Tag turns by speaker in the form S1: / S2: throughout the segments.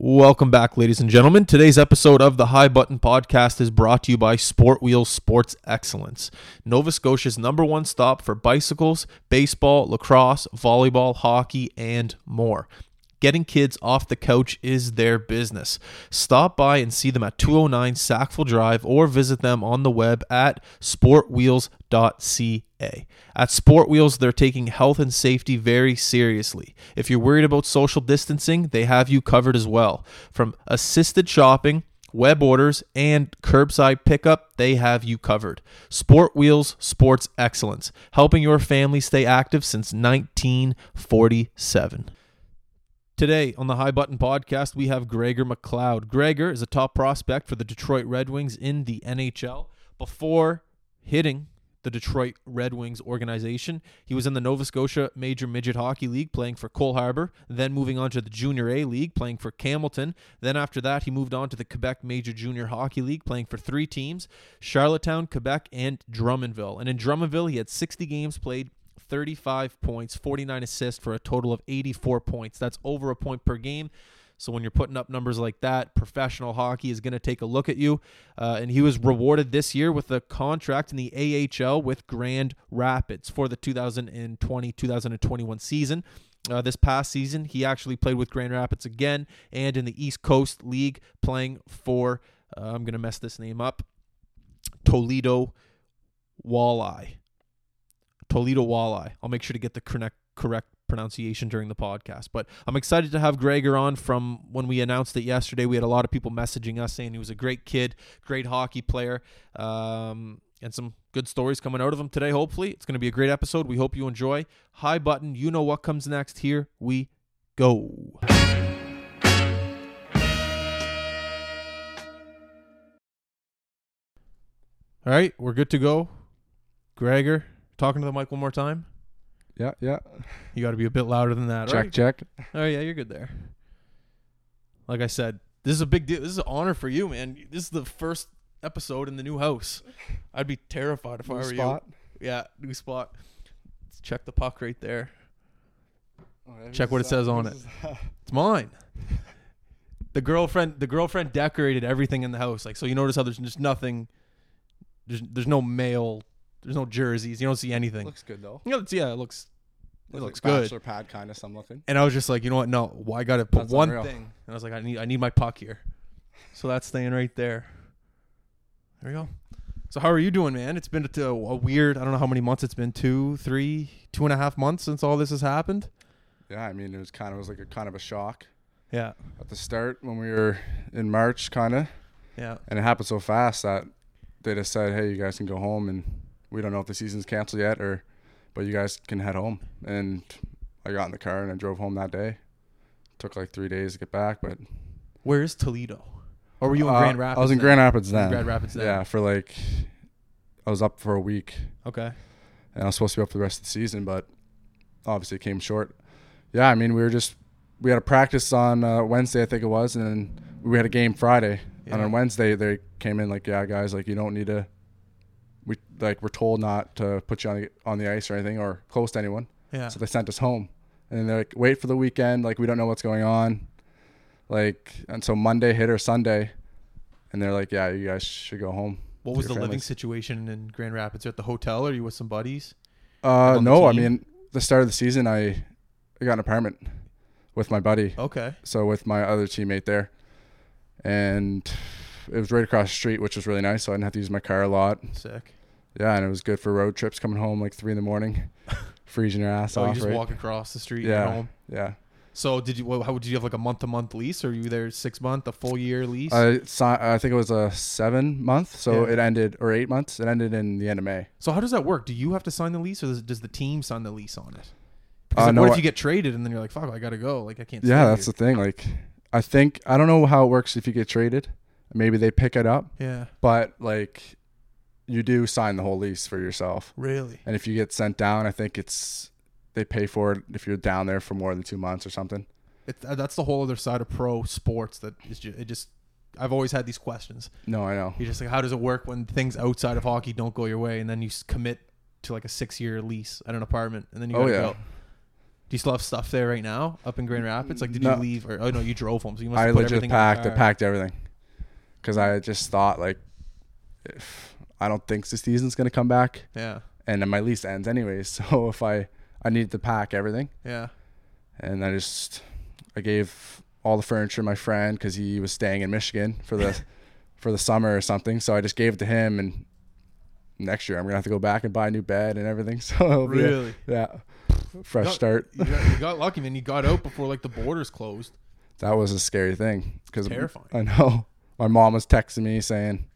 S1: Welcome back, ladies and gentlemen. Today's episode of the High Button Podcast is brought to you by Sport Wheel Sports Excellence, Nova Scotia's number one stop for bicycles, baseball, lacrosse, volleyball, hockey, and more. Getting kids off the couch is their business. Stop by and see them at 209 Sackville Drive or visit them on the web at sportwheels.ca. At Sport Wheels, they're taking health and safety very seriously. If you're worried about social distancing, they have you covered as well. From assisted shopping, web orders, and curbside pickup, they have you covered. Sport Wheels Sports Excellence, helping your family stay active since 1947. Today on the High Button Podcast, we have Gregor McLeod. Gregor is a top prospect for the Detroit Red Wings in the NHL. Before hitting the Detroit Red Wings organization, he was in the Nova Scotia Major Midget Hockey League playing for Cole Harbour, then moving on to the Junior A League playing for Camelton. Then after that, he moved on to the Quebec Major Junior Hockey League playing for three teams Charlottetown, Quebec, and Drummondville. And in Drummondville, he had 60 games played 35 points, 49 assists for a total of 84 points. That's over a point per game. So when you're putting up numbers like that, professional hockey is going to take a look at you. Uh, and he was rewarded this year with a contract in the AHL with Grand Rapids for the 2020-2021 season. Uh, this past season, he actually played with Grand Rapids again and in the East Coast League playing for, uh, I'm going to mess this name up, Toledo Walleye. Toledo Walleye. I'll make sure to get the correct correct pronunciation during the podcast. But I'm excited to have Gregor on from when we announced it yesterday. We had a lot of people messaging us saying he was a great kid, great hockey player, um, and some good stories coming out of him today, hopefully. It's going to be a great episode. We hope you enjoy. High button, you know what comes next. Here we go. All right, we're good to go. Gregor, talking to the mic one more time.
S2: Yeah, yeah.
S1: You got to be a bit louder than that.
S2: Check,
S1: Right?
S2: check.
S1: Oh yeah, you're good there. Like I said, this is a big deal. This is an honor for you, man. This is the first episode in the new house. I'd be terrified if I
S2: New
S1: were
S2: spot.
S1: you. Yeah, new spot. Let's check the puck right there.
S2: Oh,
S1: Check
S2: uh,
S1: what it says on it. It's mine. The girlfriend, the girlfriend decorated everything in the house. Like so, you notice how there's just nothing. There's there's no mail. There's no jerseys. You don't see anything.
S2: Looks good though.
S1: yeah, it's, yeah, it looks it
S2: Looks
S1: looks
S2: like
S1: good.
S2: Bachelor pad kind of some looking.
S1: And I was just like, you know what? No, well, I got to put
S2: That's
S1: one
S2: unreal.
S1: thing. And I was like, I need, I need my puck here. So that's staying right there. There we go. So how are you doing, man? It's been a, a weird. I don't know how many months it's been. Two, three, two and a half months since all this has happened.
S2: Yeah, I mean it was kind of was like a kind of a shock
S1: Yeah,
S2: at the start when we were in March, kind of,
S1: yeah,
S2: and it happened so fast that they just said, "Hey, you guys can go home," and we don't know if the season's canceled yet or, but you guys can head home. And I got in the car and I drove home that day. Took like three days to get back, but
S1: Where is Toledo? Or were you in
S2: Uh,
S1: Grand Rapids?
S2: I was in
S1: then?
S2: Grand Rapids then.
S1: Grand Rapids then.
S2: Yeah, for like, I was up for a week.
S1: Okay.
S2: and I was supposed to be up for the rest of the season, but obviously it came short. Yeah, I mean, we were just we had a practice on uh, Wednesday, I think it was, and then we had a game Friday. And
S1: Yeah.
S2: on Wednesday, they came in like, "Yeah, guys, like you don't need to. We like we're told not to put you on the, on the ice or anything or close to anyone."
S1: Yeah.
S2: So they sent us home, and then they're like, "Wait for the weekend. Like we don't know what's going on." Like and so Monday hit or Sunday, and they're like, "Yeah, you guys should go home."
S1: what
S2: to
S1: was the
S2: your
S1: living
S2: families."
S1: situation in Grand Rapids? You at the hotel, or you with some buddies?
S2: Uh,
S1: on the
S2: no, I
S1: team?
S2: mean the start of the season, I I got an apartment with my buddy,
S1: Okay.
S2: so with my other teammate there, and it was right across the street, which was really nice. So I didn't have to use my car a lot.
S1: Sick.
S2: Yeah, and it was good for road trips coming home like three in the morning, freezing your ass
S1: So
S2: off.
S1: Oh, you just
S2: right?
S1: walk across the street
S2: Yeah.
S1: at home.
S2: Yeah,
S1: So did you? What, how did you have like a month to month lease, or were you there six month, a full year lease?
S2: I si- I think it was a seven month, so
S1: Yeah.
S2: it ended or eight months. It ended in the end of May.
S1: So how does that work? Do you have to sign the lease, or does, does the team sign the lease on it?
S2: Uh,
S1: Because like,
S2: no,
S1: what if
S2: I-
S1: you get traded and then you're like, "Fuck, I gotta go. Like I can't."
S2: yeah,
S1: stay
S2: that's
S1: here."
S2: the thing. Like, I think I don't know how it works if you get traded. Maybe they pick it up.
S1: yeah,
S2: but like you do sign the whole lease for yourself
S1: really.
S2: and if you get sent down i think it's they pay for it if you're down there for more than two months or something
S1: It, uh, that's the whole other side of pro sports that is just, it just. I've always had these questions.
S2: no i know
S1: You're just like, how does it work when things outside of hockey don't go your way, and then you s- commit to like a six year lease at an apartment, and then you
S2: Oh,
S1: gotta
S2: yeah.
S1: go. Do you still have stuff there right now up in Grand Rapids? Like, did
S2: No.
S1: you leave? Or, oh, no, you drove home. So you must
S2: I
S1: have put
S2: legit
S1: everything in the
S2: packed. I
S1: car.
S2: packed everything because I just thought like, if I don't think the season's gonna come back,
S1: Yeah.
S2: and then my lease ends anyways. So if I I needed to pack everything,
S1: Yeah.
S2: and I just I gave all the furniture to my friend because he was staying in Michigan for the for the summer or something. So I just gave it to him, and next year I'm gonna have to go back and buy a new bed and everything. So it'll be a-
S1: Really?
S2: yeah, fresh
S1: No.
S2: start.
S1: You got, you got lucky, man. You got out before, like, the borders closed.
S2: That was a scary thing because
S1: Terrifying.
S2: I know my mom was texting me saying,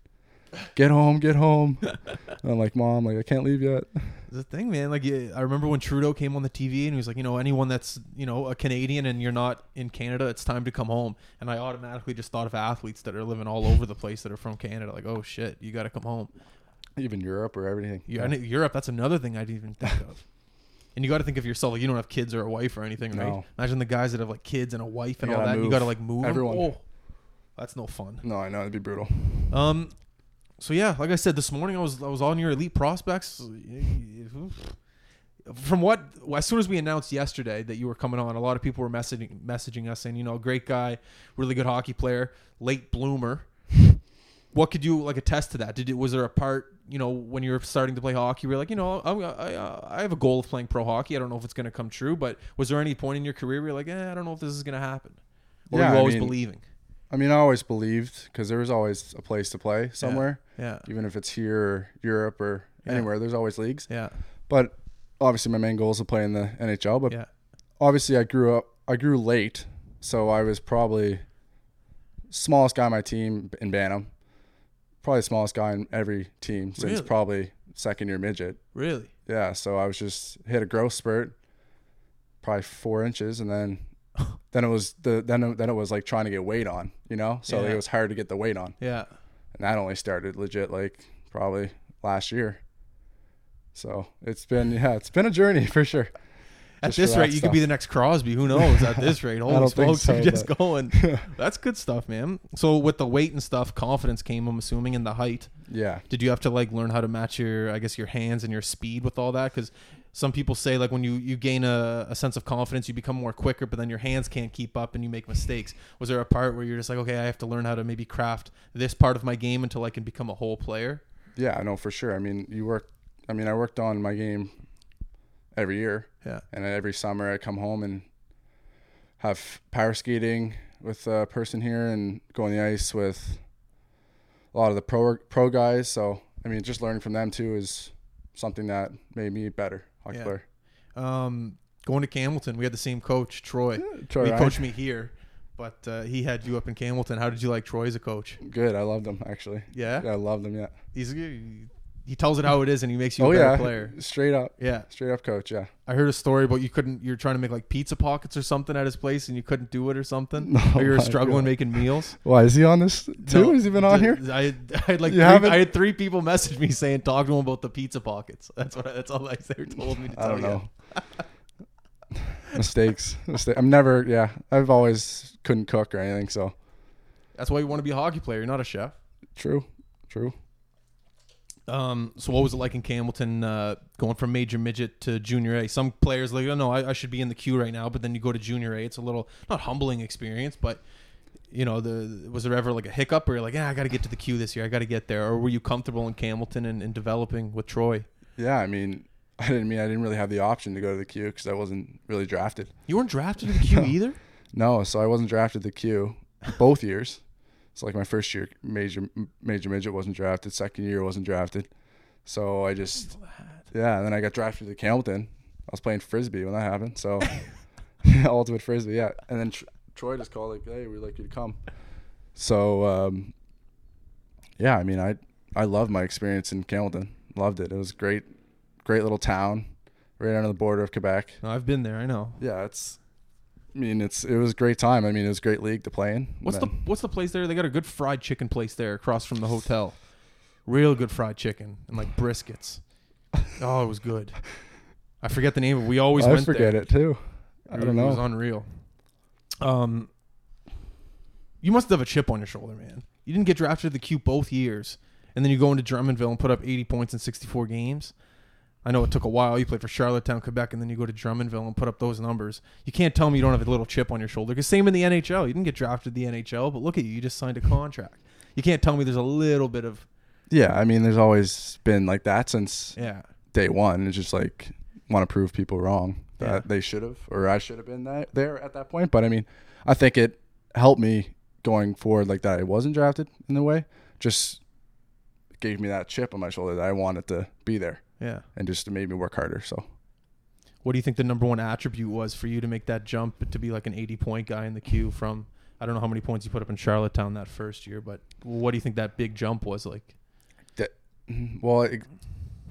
S2: "Get home, get home." and I'm like, "Mom, like I can't leave yet."
S1: the thing, man. Like, yeah, I remember when Trudeau came on the TV and he was like, you know, anyone that's you know a Canadian and you're not in Canada, it's time to come home. And I automatically just thought of athletes that are living all over the place that are from Canada. Like, oh shit, you got to come home.
S2: Even Europe or everything.
S1: You, I know Europe, that's another thing I didn't even think of. And you got to think of yourself. Like, you don't have kids or a wife or anything, right?
S2: No.
S1: Imagine the guys that have like kids and a wife and
S2: You
S1: all
S2: gotta
S1: that. And you
S2: move
S1: got to like move 'em.
S2: everyone.
S1: Oh, that's no fun.
S2: No, I know it'd be brutal.
S1: Um, so yeah, like I said this morning, I was I was on your elite prospects. From what as soon as we announced yesterday that you were coming on, a lot of people were messaging messaging us saying, you know, great guy, really good hockey player, late bloomer. What could you like attest to that? Did it was there a part you know when you were starting to play hockey, where you're like, you know, I, I I have a goal of playing pro hockey. I don't know if it's going to come true, but was there any point in your career where you're like, eh, I don't know if this is going to happen, or
S2: Yeah,
S1: were
S2: I
S1: you always
S2: mean-
S1: believing?
S2: I mean, I always believed because there was always a place to play somewhere,
S1: Yeah,
S2: even if it's here or Europe or
S1: Yeah.
S2: anywhere. There's always leagues.
S1: yeah,
S2: But obviously, my main goal is to play in the NHL. But
S1: yeah,
S2: obviously, I grew up. I grew late, so I was probably smallest guy on my team in Bantam. Probably smallest guy in every team since
S1: Really?
S2: probably second year midget.
S1: really.
S2: Yeah, so I was just hit a growth spurt, probably four inches, and then then it was the then it, then it was like trying to get weight on, you know. So like,
S1: Yeah.
S2: it was hard to get the weight on,
S1: Yeah.
S2: and that only started legit like probably last year. So it's been yeah, it's been a journey for sure.
S1: At
S2: Just for
S1: this
S2: that
S1: rate, you could be the next Crosby. Who knows? At this rate, holy
S2: don't think
S1: smokes,
S2: so,
S1: you're just
S2: but-
S1: going. That's good stuff, man. So with the weight and stuff, confidence came. I'm assuming in the height.
S2: Yeah,
S1: Did you have to like learn how to match your, I guess, your hands and your speed with all that? Because some people say like when you you gain a, a sense of confidence, you become more quicker, but then your hands can't keep up and you make mistakes. Was there a part where you're just like, okay, I have to learn how to maybe craft this part of my game until I can become a whole player?
S2: yeah, I know for sure. I mean, you work. I mean, I worked on my game every year.
S1: Yeah.
S2: and then every summer I come home and have power skating with a person here and go on the ice with a lot of the pro pro guys. So I mean, just learning from them too is something that made me better hockey
S1: Yeah.
S2: player.
S1: Um, going to Camilton, we had the same coach, Troy.
S2: Troy
S1: he
S2: Ryan.
S1: coached me here, but uh, he had you up in Camilton. How did you like Troy as a coach?
S2: Good, I loved them actually.
S1: Yeah,
S2: Yeah, I loved them. Yeah.
S1: he's he tells it how it is, and he makes you a
S2: oh
S1: better
S2: yeah,
S1: player.
S2: straight up,
S1: Yeah,
S2: straight up coach. Yeah.
S1: I heard a story about you couldn't. You're trying to make like pizza pockets or something at his place, and you couldn't do it or something.
S2: Oh,
S1: or you were
S2: my
S1: struggling
S2: God.
S1: making meals.
S2: Why is he on this too?
S1: No,
S2: Has he been on
S1: th-
S2: here?
S1: I, I had like
S2: You
S1: three,
S2: haven't-
S1: I had three people message me saying talk to him about the pizza pockets. That's what I, that's all I, they told me to tell
S2: I don't
S1: you.
S2: know. Oh, Mistakes. Mistake. I'm never. Yeah, I've always couldn't cook or anything. So
S1: That's why you want to be a hockey player. You're not a chef.
S2: true, true.
S1: Um, so what was it like in Camilton uh, going from major midget to junior A? Some players like, oh no, I, I should be in the queue right now, but then you go to junior A. It's a little not humbling experience, but you know, the was there ever like a hiccup where you're like, yeah, I got to get to the queue this year, I got to get there, or were you comfortable in Camilton and, and developing with Troy?
S2: Yeah, I mean, I didn't mean I didn't really have the option to go to the queue because I wasn't really drafted.
S1: You weren't drafted in the queue either.
S2: No, so I wasn't drafted to the queue both years. So like my first year, major major midget wasn't drafted. Second year wasn't drafted. So I just yeah, and then I got drafted to Campbellton. I was playing frisbee when that happened. So ultimate frisbee, yeah. And then Tr- Troy just called like, "Hey, we'd like you to come." So um, yeah, I mean, I I loved my experience in Campbellton. Loved it. It was great, great little town, right under the border of Quebec.
S1: No, I've been there. I know.
S2: Yeah, it's. I mean, it's it was a great time. I mean, it was a great league to play in.
S1: What's the
S2: Then-
S1: what's the place there? They got a good fried chicken place there across from the hotel. Real good fried chicken and like briskets. Oh, it was good. I forget the name of it. We always
S2: I
S1: went there.
S2: forget it too. I
S1: It
S2: don't
S1: was
S2: know.
S1: unreal. Um, you must have a chip on your shoulder, man. You didn't get drafted to the queue both years, and then you go into Drummondville and put up 80 points in 64 games. I know it took a while. You played for Charlottetown, Quebec, and then you go to Drummondville and put up those numbers. You can't tell me you don't have a little chip on your shoulder. Because same in the NHL, you didn't get drafted to the NHL, but look at you, you just signed a contract. You can't tell me there's a little bit of
S2: Yeah, I mean, there's always been like that since
S1: yeah,
S2: day one. It's just like want to prove people wrong that
S1: Yeah.
S2: they should have or I should have been that, there at that point. But I mean, I think it helped me going forward, like that I wasn't drafted in a way. Just gave me that chip on my shoulder that I wanted to be there,
S1: yeah.
S2: and just made me work harder. So
S1: What do you think the number one attribute was for you to make that jump to be like an 80 point guy in the queue from I don't know how many points you put up in Charlottetown that first year, but what do you think that big jump was like?
S2: that, well, e-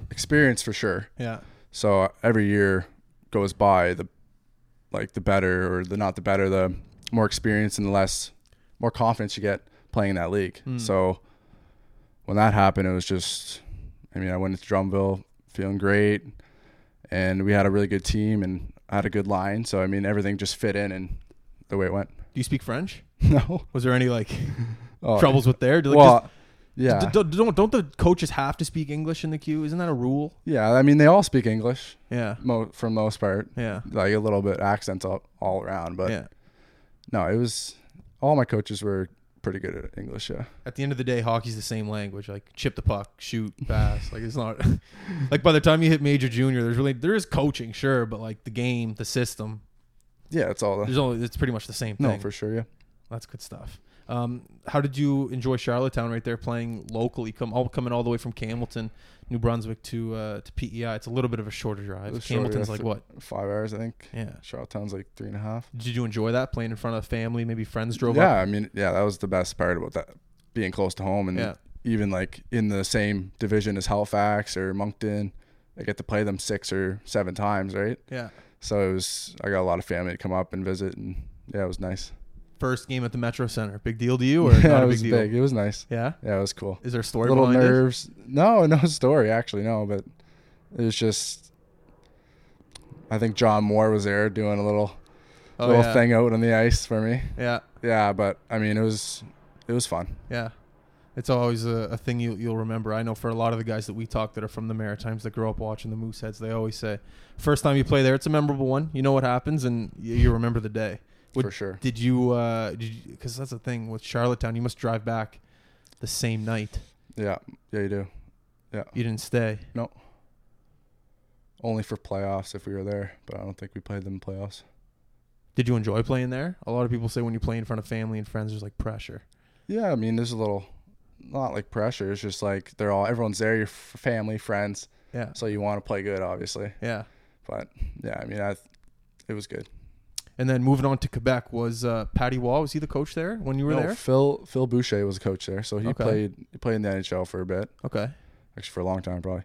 S2: experience for sure.
S1: Yeah.
S2: So every year goes by, the like the better or the not the better, the more experience and the less more confidence you get playing in that league.
S1: Mm.
S2: So when that happened, it was just I mean, I went to Drumville feeling great and we had a really good team and I had a good line. So I mean everything just fit in and the way it went.
S1: Do you speak French?
S2: no.
S1: Was there any like
S2: Oh,
S1: troubles with there? Do, like,
S2: well,
S1: just-
S2: yeah.
S1: d- d- don't don't the coaches have to speak English in the queue? Isn't that a rule?
S2: yeah, I mean they all speak English
S1: Yeah.
S2: mo- for the most part.
S1: Yeah.
S2: Like a little bit accents all, all around, but
S1: yeah.
S2: No, it was all my coaches were pretty good at English. Yeah,
S1: At the end of the day, hockey's the same language. Like chip the puck, shoot, pass. Like it's not like by the time you hit major junior, there's really there is coaching, sure, but like the game, the system,
S2: yeah, it's all the
S1: there's only it's pretty much the same thing.
S2: no for sure. Yeah,
S1: That's good stuff. Um, how did you enjoy Charlottetown right there playing locally? Come all coming all the way from Camilton, New Brunswick to uh, to PEI. It's a little bit of a shorter drive.
S2: It's shorter,
S1: Camilton's
S2: yeah,
S1: like
S2: th-
S1: what?
S2: five hours I think.
S1: Yeah.
S2: Charlottetown's like three and a half.
S1: Did you enjoy that playing in front of family? Maybe friends drove
S2: yeah,
S1: up.
S2: I mean, yeah, that was the best part about that being close to home and
S1: Yeah.
S2: even like in the same division as Halifax or Moncton. I get to play them six or seven times, right?
S1: Yeah.
S2: So it was. I got a lot of family to come up and visit, and yeah, it was nice.
S1: First game at the Metro Center. Big deal to you or
S2: yeah,
S1: not
S2: it
S1: a
S2: was
S1: big deal?
S2: big. It was nice.
S1: Yeah.
S2: Yeah, it was cool.
S1: Is there a story
S2: little
S1: behind it?
S2: nerves. No, no story actually. No, but it was just. I think John Moore was there doing a little
S1: Oh,
S2: little
S1: yeah.
S2: thing out on the ice for me.
S1: Yeah.
S2: Yeah, but I mean it was it was fun.
S1: Yeah. It's always a, a thing you, you'll remember. I know for a lot of the guys that we talk that are from the Maritimes that grow up watching the Mooseheads, they always say, first time you play there, it's a memorable one. You know what happens, and you, you remember the day. Would-
S2: For sure.
S1: Did you, uh, because that's the thing with Charlottetown, you must drive back the same night.
S2: Yeah, yeah, you do.
S1: You didn't stay.
S2: Only for playoffs if we were there, but I don't think we played them in playoffs.
S1: Did you enjoy playing there? A lot of people say when you play in front of family and friends, there's like pressure.
S2: Yeah, I mean there's a little, not like pressure. It's just like they're all everyone's there, your f- family, friends,
S1: Yeah.
S2: so you want to play good, obviously.
S1: Yeah.
S2: But yeah, I mean I, it was good.
S1: And then moving on to Quebec, was uh, Patty Wall, was he the coach there when you were
S2: no,
S1: there?
S2: Phil Phil Boucher was a coach there, so he
S1: Okay.
S2: played he played in the NHL for a bit,
S1: Okay.
S2: actually for a long time probably.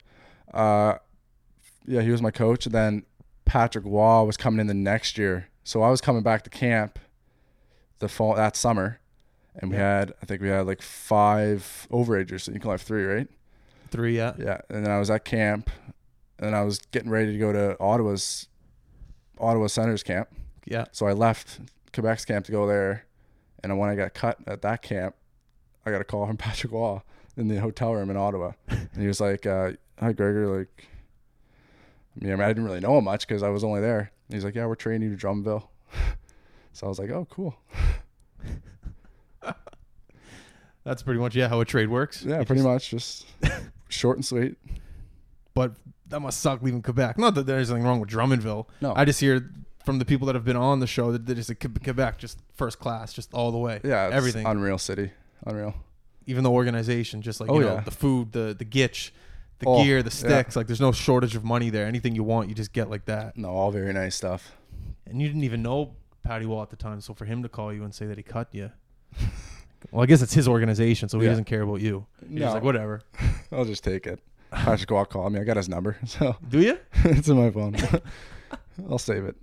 S2: Uh, yeah, he was my coach. And then Patrick Waugh was coming in the next year, so I was coming back to camp the fall that summer, and we had I think we had like five overagers, so you can have three, right?
S1: Three, yeah.
S2: Yeah, and then I was at camp, and I was getting ready to go to Ottawa's Ottawa Senators camp.
S1: Yeah.
S2: So I left Quebec's camp to go there, and when I got cut at that camp, I got a call from Patrick Waugh in the hotel room in Ottawa, and he was like, uh, "Hi, Gregor." Like, I mean, I mean, I didn't really know him much because I was only there. And he's like, "Yeah, we're training you to Drumville." so I was like, "Oh, cool."
S1: That's pretty much, yeah, how a trade works.
S2: Yeah,
S1: You
S2: pretty
S1: just-
S2: much just short and sweet.
S1: but that must suck leaving Quebec. Not that there's anything wrong with Drummondville.
S2: No,
S1: I just hear from the people that have been on the show that that it's like Que- Quebec just first class, just all the way.
S2: yeah, it's
S1: everything.
S2: unreal city, unreal.
S1: Even the organization, just like
S2: Oh,
S1: you know,
S2: yeah.
S1: the food, the the gitch, the
S2: Oh,
S1: gear, the
S2: yeah.
S1: sticks. Like there's no shortage of money there. Anything you want, you just get like that.
S2: No, all very nice stuff.
S1: And you didn't even know Patty Wall at the time, so for him to call you and say that he cut you. Well, I guess it's his organization, so he
S2: Yeah.
S1: doesn't care about you. He's just
S2: No.
S1: like, whatever.
S2: I'll just take it. Patrick Waugh called me. I got his number, so
S1: Do you?
S2: it's in my phone. I'll save it.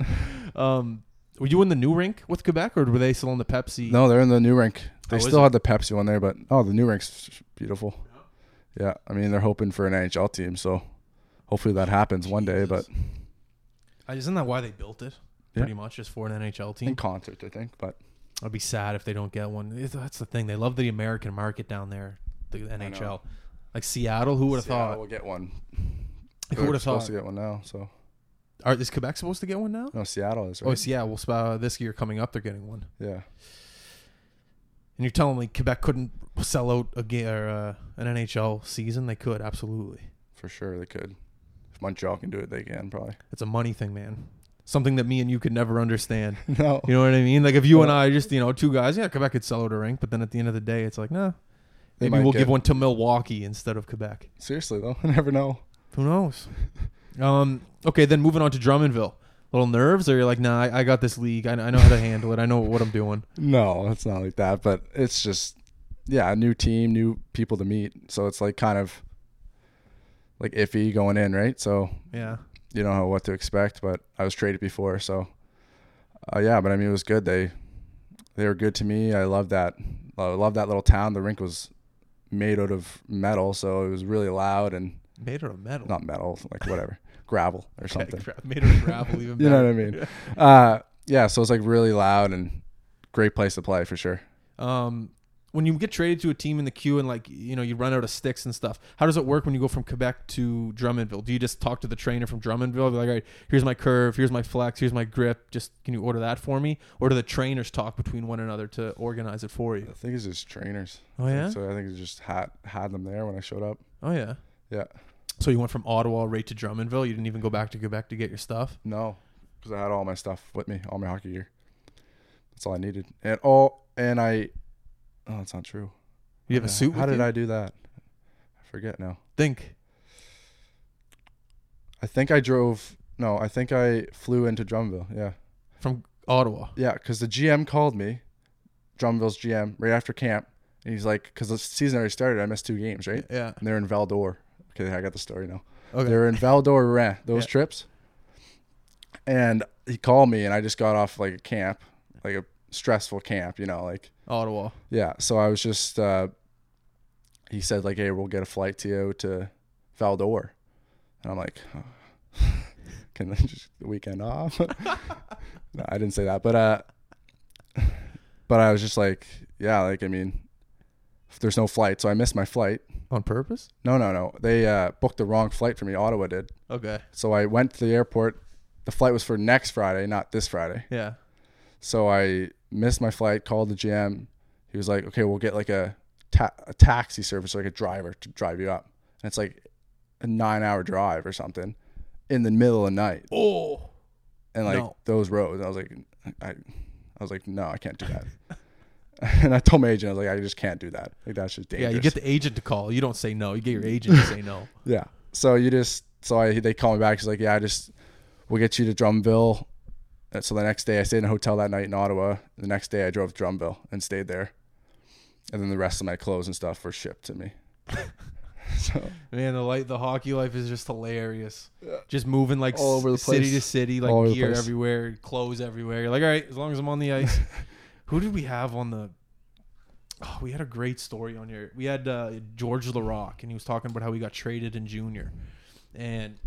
S1: Um, were you in the new rink with Quebec, or were they still on the Pepsi?
S2: No, they're in the new rink. They
S1: Oh, is
S2: still
S1: it?
S2: had the Pepsi one there, but oh, the new rink's beautiful. Yeah, I mean they're hoping for an NHL team, so hopefully that happens one day. But
S1: I- Isn't that why they built it?
S2: Yeah.
S1: Pretty much, just for an NHL
S2: in
S1: team.
S2: concert, I think. But
S1: I'd be sad if they don't get one. It- That's the thing; they love the American market down there, the NHL. Like Seattle, who would have
S2: Seattle
S1: thought?
S2: We'll get one.
S1: Like,
S2: They're
S1: who would have
S2: supposed
S1: thought?
S2: to get one now. So
S1: Are is Quebec supposed to get one now?
S2: no, Seattle is
S1: Oh,
S2: right.
S1: it's, yeah. Well, sp- this year coming up, they're getting one.
S2: yeah,
S1: And you're telling me Quebec couldn't sell out a ga- or, uh, an NHL season? They could absolutely.
S2: for sure they could. If Montreal can do it, they can probably.
S1: It's a money thing, man. Something that me and you could never understand.
S2: no,
S1: You know what I mean? Like if you and
S2: Yeah.
S1: I just, you know, two guys, yeah, Quebec could sell out a rink, but then at the end of the day, it's like, nah.
S2: They
S1: Maybe
S2: might
S1: we'll
S2: get-
S1: give one to Milwaukee instead of Quebec.
S2: seriously though, I never know.
S1: Who knows? um, okay, then moving on to Drummondville. Little nerves, or you're like, nah, I, I got this league. I, I know how to handle it. I know what I'm doing.
S2: No, it's not like that, but it's just yeah, a new team, new people to meet. So it's like kind of like iffy going in, right? So
S1: Yeah.
S2: you don't know what to expect, but I was traded before, so uh, yeah, but I mean it was good. They they were good to me. I loved that. I loved that little town. The rink was made out of metal, so it was really loud and
S1: Made her a metal.
S2: not metal, like whatever, gravel or something.
S1: Gra- made her gravel even better.
S2: You know what I mean? Uh, yeah, so it's like really loud and great place to play for sure.
S1: um, when you get traded to a team in the queue and like you know you run out of sticks and stuff, how does it work when you go from Quebec to Drummondville? Do you just talk to the trainer from Drummondville, be like, all right, here's my curve, here's my flex, here's my grip, just can you order that for me? Or do the trainers talk between one another to organize it for
S2: I
S1: you?
S2: think it's just trainers.
S1: Oh yeah,
S2: So I think it just had had them there when I showed up.
S1: oh yeah,
S2: Yeah.
S1: So you went from Ottawa right to Drummondville. You didn't even go back to Quebec to get your stuff.
S2: No, because I had all my stuff with me, all my hockey gear. That's all I needed, and all and I. Oh, that's not true.
S1: You have a
S2: Uh,
S1: suit.
S2: How did I do that? I forget now.
S1: think?
S2: I think I drove. No, I think I flew into Drummondville. Yeah,
S1: From Ottawa.
S2: yeah, because the GM called me, Drummondville's GM, right after camp, and he's like, because the season already started, I missed two games, right?
S1: Yeah.
S2: And they're in Val d'Or. Okay, I got the story now.
S1: Okay.
S2: They were in Val d'Or those
S1: Yeah.
S2: trips. And he called me and I just got off like a camp, like a stressful camp, you know, like
S1: Ottawa.
S2: yeah. So I was just uh he said like, Hey, we'll get a flight to you to Val d'Or. And I'm like, oh, can I just the weekend off? no, I didn't say that. But uh but I was just like, yeah, like I mean there's no flight, so I missed my flight.
S1: On purpose.
S2: No, no, no. They uh, booked the wrong flight for me. Ottawa did.
S1: Okay.
S2: So I went to the airport. The flight was for next Friday, not this Friday.
S1: Yeah.
S2: So I missed my flight, called the GM. He was like, okay, we'll get like a, ta- a taxi service, like a driver to drive you up. And it's like a nine hour drive or something in the middle of the night
S1: Oh.
S2: and like
S1: No.
S2: those roads. And I was like, I, I was like, no, I can't do that. and I told my agent, I was like, I just can't do that. Like, that's just dangerous.
S1: Yeah, you get the agent to call. You don't say no. You get your agent to say no.
S2: Yeah. So you just so I they call me back. She's like, yeah, I just we'll get you to Drumville. And So the next day I stayed in a hotel that night in Ottawa. The next day I drove to Drumville and stayed there. And then the rest of my clothes and stuff were shipped to me. so
S1: Man, the light, the hockey life is just hilarious. Just moving like
S2: All
S1: s-
S2: over the
S1: city to
S2: place.
S1: city,
S2: All
S1: like
S2: over the
S1: gear
S2: place.
S1: everywhere, clothes everywhere. You're like, all right, as long as I'm on the ice. Who did we have on the? Oh, we had a great story on here. We had uh, George LaRock, and he was talking about how he got traded in junior, and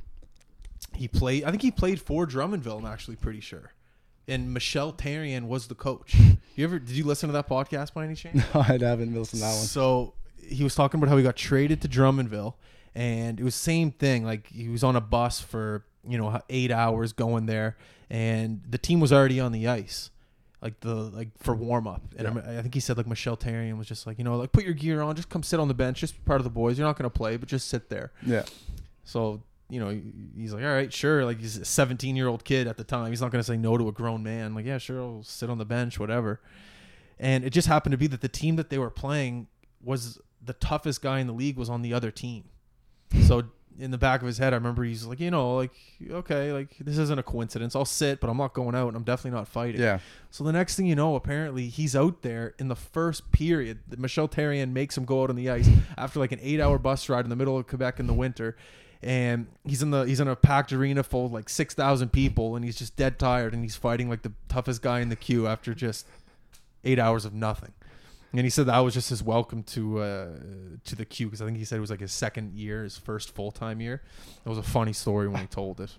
S1: he played. I think he played for Drummondville. I'm actually pretty sure. And Michelle Therrien was the coach. You ever did you listen to that podcast by any chance?
S2: I'd haven't listened to that one.
S1: So he was talking about how he got traded to Drummondville, and it was same thing. Like he was on a bus for you know eight hours going there, and the team was already on the ice, like the like for warm up. And I'm- I think he said like Michelle Therrien was just like you know like put your gear on, just come sit on the bench, just be part of the boys. You're not gonna play, but just sit there.
S2: Yeah.
S1: So you know he's like all right, sure. Like he's a 17 year old kid at the time. He's not gonna say no to a grown man. Like yeah, sure, I'll sit on the bench, whatever and it just happened to be that the team that they were playing was the toughest guy in the league was on the other team. So in the back of his head, I remember he's like, you know, like okay, like this isn't a coincidence. I'll sit, but I'm not going out, and I'm definitely not fighting.
S2: Yeah.
S1: So the next thing you know, apparently he's out there in the first period. that Michelle Therrien makes him go out on the ice after like an eight-hour bus ride in the middle of Quebec in the winter, and he's in the he's in a packed arena full of like six thousand people, and he's just dead tired, and he's fighting like the toughest guy in the queue after just eight hours of nothing. And he said that was just his welcome to uh, to the queue because I think he said it was like his second year, his first full time year. It was a funny story when he told it.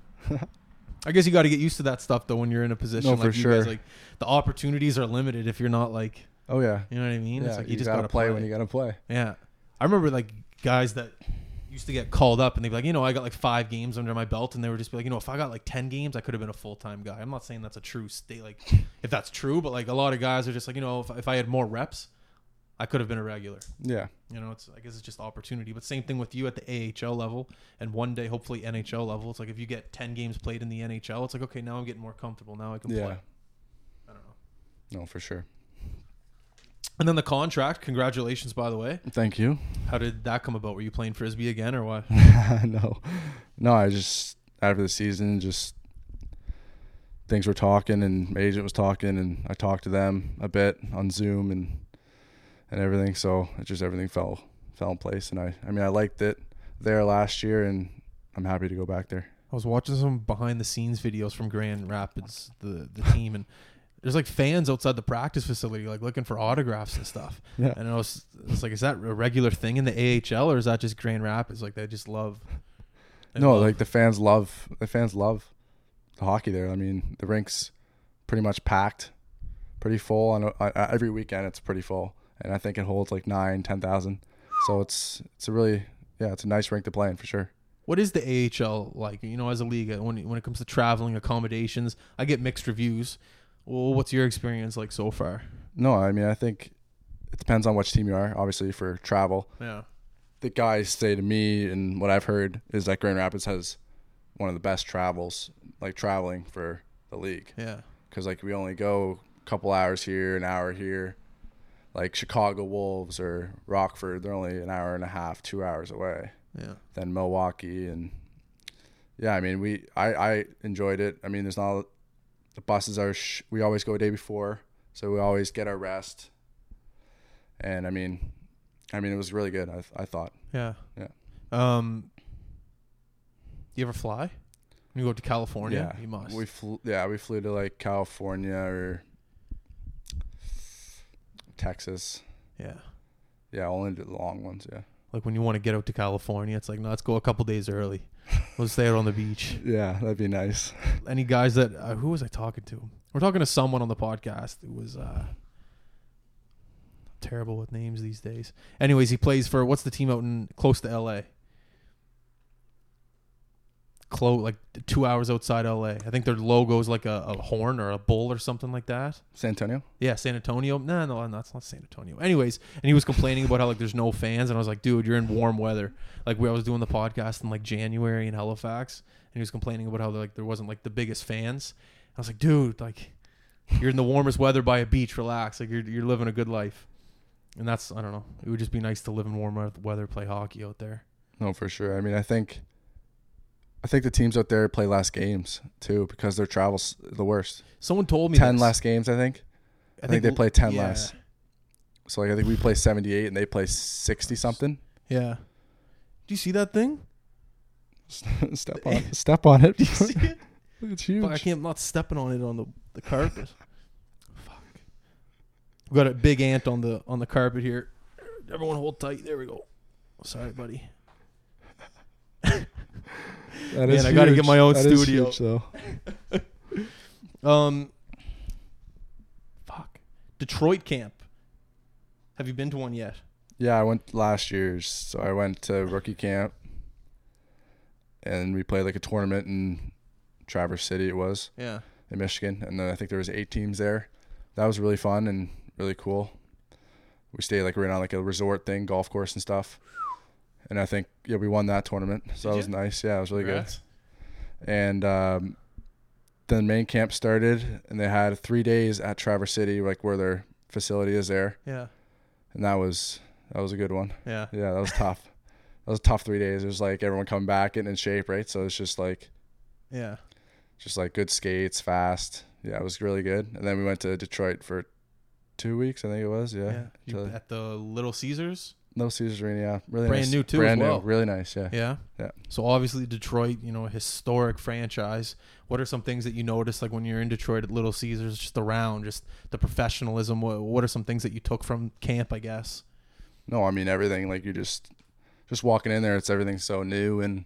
S1: I guess you got to get used to that stuff though when you're in a position
S2: No,
S1: like
S2: for
S1: you
S2: sure.
S1: guys. Like the opportunities are limited if you're not like
S2: Oh yeah.
S1: you know what I mean.
S2: yeah
S1: it's like you,
S2: you,
S1: just
S2: gotta
S1: gotta
S2: play when you gotta play.
S1: Yeah, I remember like guys that used to get called up and they'd be like, you know, I got like five games under my belt, and they would just be like, you know, if I got like ten games, I could have been a full time guy. I'm not saying that's a true state, like if that's true, but like a lot of guys are just like, you know, if, if I had more reps, I could have been a regular.
S2: Yeah.
S1: You know, it's I guess it's just opportunity. But same thing with you at the AHL level, and one day hopefully NHL level. It's like if you get ten games played in the NHL, it's like okay, now I'm getting more comfortable. Now I can
S2: Yeah.
S1: play. I don't know.
S2: No, for sure.
S1: And then the contract. Congratulations, by the way.
S2: Thank you.
S1: How did that come about? Were you playing frisbee again, or what?
S2: no, no. I just after the season, just things were talking, and my agent was talking, and I talked to them a bit on Zoom and and everything. So it just everything fell fell in place, and I I mean I liked it there last year, and I'm happy to go back there.
S1: I was watching some behind the scenes videos from Grand Rapids, the the team, and there's like fans outside the practice facility, like looking for autographs and stuff.
S2: Yeah.
S1: And I was, I was like, is that a regular thing in the AHL, or is that just Grand Rapids? Like they just love. they
S2: No,
S1: love-
S2: like the fans love the fans love the hockey there. I mean, the rinks pretty much packed, pretty full. On, on every weekend, it's pretty full, and I think it holds like nine, ten thousand. So it's it's a really yeah, it's a nice rink to play in for sure.
S1: what is the AHL like? You know, as a league, uh, when when it comes to traveling accommodations, I get mixed reviews. Well, what's your experience like so far?
S2: No, I mean, I think it depends on which team you are. Obviously, for travel,
S1: Yeah.
S2: the guys say to me, and what I've heard is that Grand Rapids has one of the best travels, like traveling for the league.
S1: Yeah.
S2: because like we only go a couple hours here, an hour here. Like Chicago Wolves or Rockford, they're only an hour and a half, two hours away.
S1: Yeah.
S2: Then Milwaukee and yeah, I mean we I I enjoyed it. I mean there's not the buses are sh- we always go a day before, so we always get our rest. And I mean, I mean it was really good. I I thought
S1: Yeah.
S2: Yeah.
S1: Um. You ever fly? You go to California.
S2: yeah
S1: You must.
S2: we flew yeah we flew to like California or Texas.
S1: yeah.
S2: Yeah, only the long ones. Yeah.
S1: Like when you want to get out to California, it's like, no, let's go a couple days early. Let's stay out on the beach.
S2: Yeah, that'd be nice.
S1: Any guys that uh, who was I talking to? We're talking to someone on the podcast who was uh, terrible with names these days. Anyways, he plays for what's the team out in close to L.A. Close, like two hours outside L.A. I think their logo is like a, a horn or a bull or something like that.
S2: San Antonio?
S1: Yeah, San Antonio. No, no, no, that's not San Antonio. Anyways, and he was complaining about how like there's no fans, and I was like, dude, you're in warm weather. Like we I was doing the podcast in like January in Halifax, and he was complaining about how like there wasn't like the biggest fans. I was like, dude, like you're in the warmest weather by a beach. Relax, like you're you're living a good life. And that's I don't know. It would just be nice to live in warm weath- weather, play hockey out there.
S2: No, for sure. I mean, I think I think the teams out there play less games too because their travels the worst.
S1: Someone told me
S2: 10
S1: this.
S2: less games, I think. I, think, they play 10 less. So like I think we play 78 and they play 60 something.
S1: Yeah. Do you see that thing?
S2: step on step on it.
S1: Do you see it?
S2: it's
S1: Fuck, I
S2: huge.
S1: can't. I'm not stepping on it on the, the carpet. Fuck. We've got a big ant on the on the carpet here. Everyone, hold tight. There we go. Sorry, buddy. Man,
S2: That is
S1: I gotta get
S2: huge.
S1: my own
S2: That is
S1: studio.
S2: huge, though.
S1: Um. Fuck. Detroit camp. Have you been to one yet?
S2: Yeah, I went last year's. So I went to rookie camp and we played like a tournament in Traverse City it was.
S1: Yeah.
S2: in Michigan, and then I think there was eight teams there. That was really fun and really cool. We stayed like we were on like a resort thing, golf course and stuff. And I think yeah, we won that tournament, so
S1: Did
S2: that was
S1: you?
S2: nice. Yeah, it was really good. And um, then main camp started, and they had three days at Traverse City, like where their facility is there,
S1: Yeah.
S2: and that was that was a good one.
S1: Yeah.
S2: Yeah, that was tough. that was a tough three days. It was like everyone coming back getting in shape, right? So it's just like
S1: Yeah.
S2: just like good skates, fast. Yeah, it was really good. And then we went to Detroit for two weeks, I think it was. Yeah,
S1: Yeah. You
S2: So-
S1: at the Little Caesars.
S2: no Caesars Arena. Yeah, really
S1: Brand
S2: nice.
S1: new too as
S2: Brand
S1: well.
S2: new, really nice. Yeah.
S1: Yeah.
S2: Yeah.
S1: So obviously Detroit, you know, a historic franchise. What are some things that you notice like when you're in Detroit at Little Caesars, just around, just the professionalism? What, what are some things that you took from camp? I guess.
S2: No, I mean everything. Like you just, just walking in there, it's everything so new and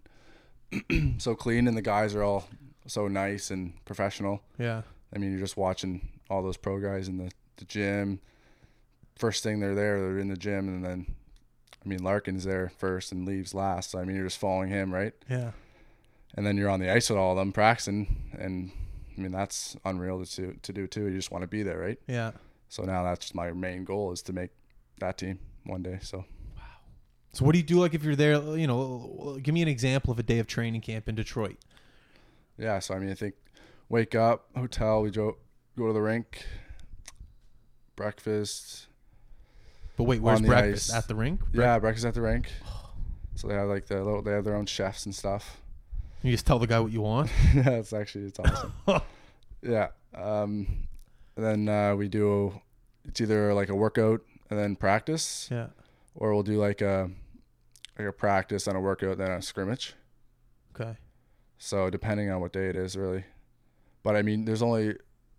S2: so clean, and the guys are all so nice and professional.
S1: Yeah.
S2: I mean, you're just watching all those pro guys in the, the gym. First thing they're there, they're in the gym, and then I mean, Larkin's there first and leaves last. So, I mean, you're just following him, right?
S1: Yeah.
S2: And then you're on the ice with all of them practicing, and I mean that's unreal to do- to do too. You just want to be there, right?
S1: Yeah.
S2: So now that's my main goal is to make that team one day. So
S1: So what do you do like if you're there, you know, give me an example of a day of training camp in Detroit.
S2: yeah, so I mean, I think wake up, hotel, we go go to the rink, breakfast.
S1: But wait, where's
S2: On the
S1: breakfast?
S2: ice.
S1: At the rink?
S2: yeah, breakfast at the rink. So they have like the little, they have their own chefs and stuff.
S1: You just tell the guy what you want.
S2: yeah, it's actually it's awesome. yeah. Um, then uh, we do it's either like a workout and then practice,
S1: yeah.
S2: or we'll do like a like a practice and a workout then a scrimmage.
S1: Okay.
S2: So depending on what day it is, really. But I mean, there's only,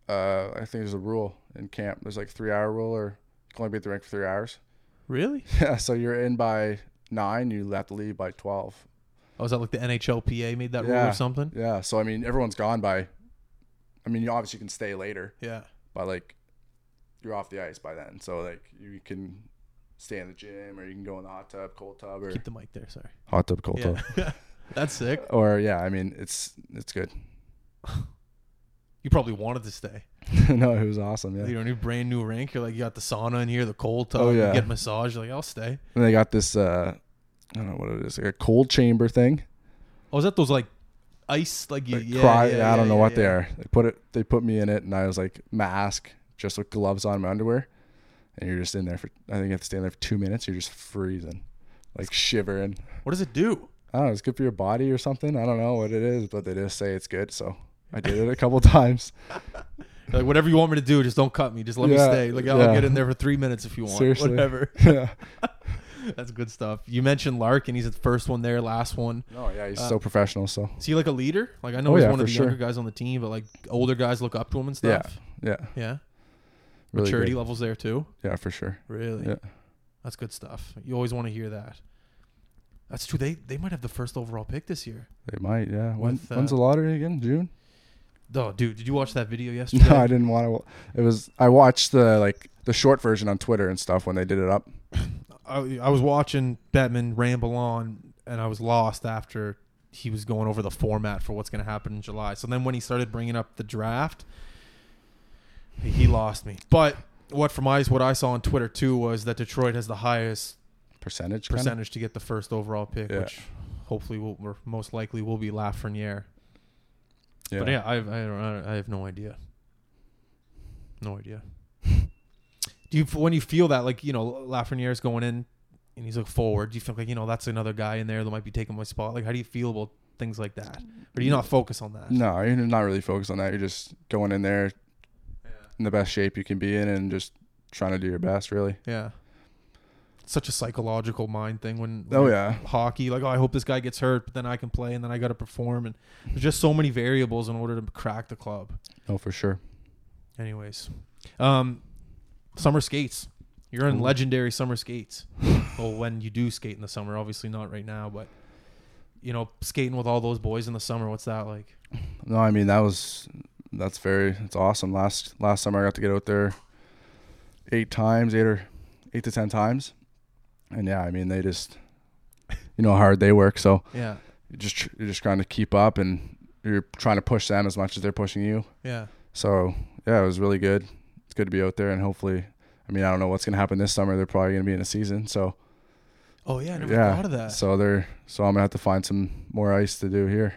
S2: uh, I think there's a rule in camp. There's like three hour rule, or you can only be at the rink for three hours.
S1: Really?
S2: Yeah. So you're in by nine, you have to leave by twelve.
S1: Oh, is that like the NHLPA made that rule
S2: Yeah.
S1: or something?
S2: Yeah. So I mean, everyone's gone by. I mean, you obviously can stay later,
S1: Yeah.
S2: but like, you're off the ice by then. So like, you can stay in the gym, or you can go in the hot tub, cold tub, or
S1: Keep the mic there. Sorry.
S2: hot tub, cold tub.
S1: Yeah. That's sick.
S2: Or yeah, I mean, it's it's good.
S1: You probably wanted to stay.
S2: no, it was awesome. Yeah.
S1: You're in a brand new rink. You're like, you got the sauna in here, the cold tub.
S2: Oh,
S1: You
S2: yeah.
S1: get a massage. You're like, I'll stay.
S2: And they got this uh I don't know what it is, like a cold chamber thing.
S1: Oh, is that those like ice? Like, you
S2: Like
S1: yeah,
S2: cry,
S1: yeah,
S2: I don't
S1: yeah,
S2: know what
S1: yeah.
S2: they are. They put it they put me in it and I was like mask, just with gloves on my underwear. And you're just in there for I think you have to stay in there for two minutes, you're just freezing. Like shivering.
S1: What does it do?
S2: I don't know, it's good for your body or something. I don't know what it is, but they just say it's good, so I did it a couple times.
S1: You're like, whatever you want me to do, just don't cut me. Just let me
S2: Yeah,
S1: stay. Like, I'll
S2: yeah.
S1: get in there for three minutes if you want.
S2: Seriously.
S1: Whatever.
S2: yeah.
S1: That's good stuff. You mentioned Larkin. He's the first one there, last one.
S2: No, yeah, he's so professional, so
S1: Is he like a leader? Like I know
S2: Oh,
S1: he's
S2: yeah,
S1: one of
S2: for
S1: the
S2: sure.
S1: younger guys on the team, but like older guys look up to him and
S2: yeah.
S1: stuff.
S2: Yeah.
S1: Yeah.
S2: Really
S1: Maturity
S2: good.
S1: levels there too.
S2: Yeah, for sure.
S1: Really?
S2: Yeah.
S1: That's good stuff. You always want to hear that. That's true. They they might have the first overall pick this year.
S2: They might, yeah. When,
S1: With, uh,
S2: when's the lottery again? June?
S1: Oh, dude, did you watch that video yesterday?
S2: No, I didn't want to. It was I watched the like the short version on Twitter and stuff when they did it up.
S1: I, I was watching Bettman ramble on, and I was lost after he was going over the format for what's going to happen in July. So then when he started bringing up the draft, he lost me. But what from my what I saw on Twitter too was that Detroit has the highest
S2: Percentage. kinda?
S1: percentage to get the first overall pick,
S2: Yeah.
S1: which hopefully will or most likely will be Lafreniere. But yeah, I I, don't, I have no idea. No idea. do you when you feel that like you know Lafreniere's going in and he's like forward? Do you feel like you know that's another guy in there that might be taking my spot? Like how do you feel about things like that? Or do you not focus on that?
S2: No, you're not really focused on that. You're just going in there in the best shape you can be in and just trying to do your best, really.
S1: Yeah. Such a psychological mind thing when, when
S2: Oh
S1: you're
S2: yeah,
S1: hockey. Like, oh, I hope this guy gets hurt, but then I can play and then I got to perform. And there's just so many variables in order to crack the club.
S2: no, Oh, for sure.
S1: Anyways, um, summer skates. You're in
S2: Ooh.
S1: legendary summer skates. well, when you do skate in the summer, obviously not right now, but you know, skating with all those boys in the summer, what's that like?
S2: No, I mean that was that's very it's awesome. Last last summer I got to get out there eight times, eight or eight to ten times, and yeah, I mean they just you know how hard they work, so
S1: Yeah,
S2: you're just tr- you're just trying to keep up and you're trying to push them as much as they're pushing you.
S1: yeah,
S2: So yeah, it was really good. It's good to be out there and hopefully. I mean, I don't know what's gonna happen this summer. They're probably gonna be in a season, so
S1: oh yeah, I never
S2: yeah.
S1: thought of that.
S2: So they're so I'm gonna have to find some more ice to do here.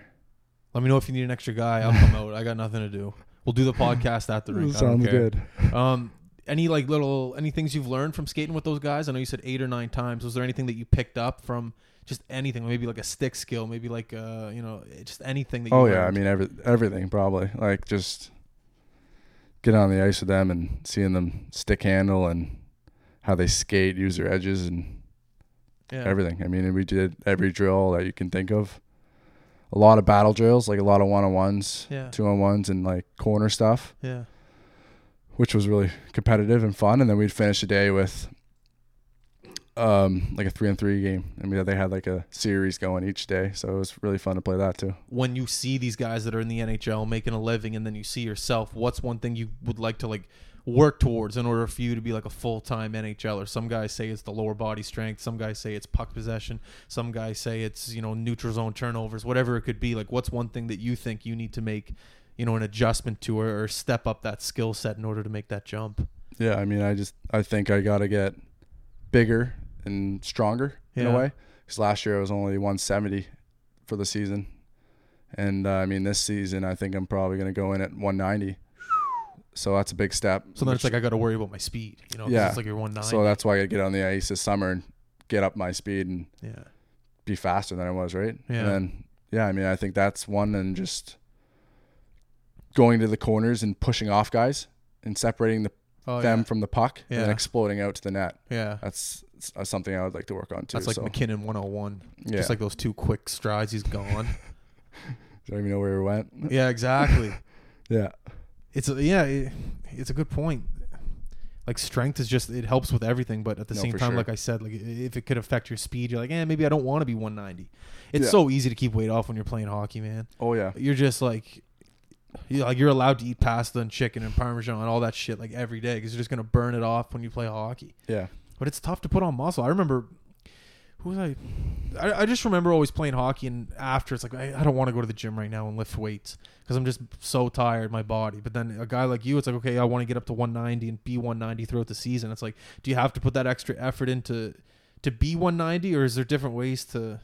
S1: Let me know if you need an extra guy. I'll come out. I got nothing to do. We'll do the podcast at the rink. I don't
S2: Sounds
S1: care.
S2: good.
S1: Um, any like little any things you've learned from skating with those guys? I know you said eight or nine times. Was there anything that you picked up from just anything? Maybe like a stick skill. Maybe like uh, you know, just anything that. you
S2: Oh yeah, I
S1: learned?
S2: mean every, everything probably like just getting on the ice with them and seeing them stick handle and how they skate, use their edges and
S1: yeah.
S2: everything. I mean, we did every drill that you can think of. A lot of battle drills, like a lot of one on ones,
S1: Yeah.
S2: two on ones, and like corner stuff,
S1: Yeah.
S2: which was really competitive and fun. And then we'd finish the day with um like a three on three game. I mean, they had like a series going each day, so it was really fun to play that too.
S1: When you see these guys that are in the NHL making a living, and then you see yourself, what's one thing you would like to like? work towards in order for you to be like a full time NHLer. Some guys say it's the lower body strength. Some guys say it's puck possession. Some guys say it's you know neutral zone turnovers. Whatever it could be, like what's one thing that you think you need to make, you know, an adjustment to or, or step up that skill set in order to make that jump.
S2: Yeah, I mean, I just I think I got to get bigger and stronger in
S1: Yeah.
S2: a way. Because last year I was only 170 for the season, and uh, I mean this season I think I'm probably going to go in at 190. So that's a big step.
S1: So then it's
S2: which-
S1: like I got to worry about my speed. You know, 'cause
S2: Yeah.
S1: it's like you're one nine.
S2: so that's why I got to get on the ice this summer and get up my speed and
S1: yeah,
S2: be faster than I was, right?
S1: Yeah.
S2: And then, yeah, I mean, I think that's one and just going to the corners and pushing off guys and separating the,
S1: oh,
S2: them from the puck and then
S1: Yeah.
S2: exploding out to the net.
S1: yeah, yeah.
S2: That's s- uh, something I would like to work on too.
S1: That's like
S2: so,
S1: McKinnon 101.
S2: yeah.
S1: Just like those two quick strides, he's gone.
S2: Don't even know where we went.
S1: yeah, exactly.
S2: Yeah.
S1: It's a, yeah, it, it's a good point. Like strength is just it helps with everything, but at the
S2: No,
S1: same
S2: for
S1: time,
S2: sure.
S1: like I said, like i- if it could affect your speed, you're like, eh, maybe I don't want to be 190. It's
S2: Yeah.
S1: so easy to keep weight off when you're playing hockey, man.
S2: Oh yeah.
S1: You're just like, you like you're allowed to eat pasta and chicken and parmesan and all that shit like every day because you're just gonna burn it off when you play hockey.
S2: Yeah.
S1: but it's tough to put on muscle. I remember who was I? I, I just remember always playing hockey, and after it's like I, I don't want to go to the gym right now and lift weights because I'm just so tired, my body. But then a guy like you, it's like okay, I want to get up to 190 and be 190 throughout the season. It's like, do you have to put that extra effort into to be 190, or is there different ways to,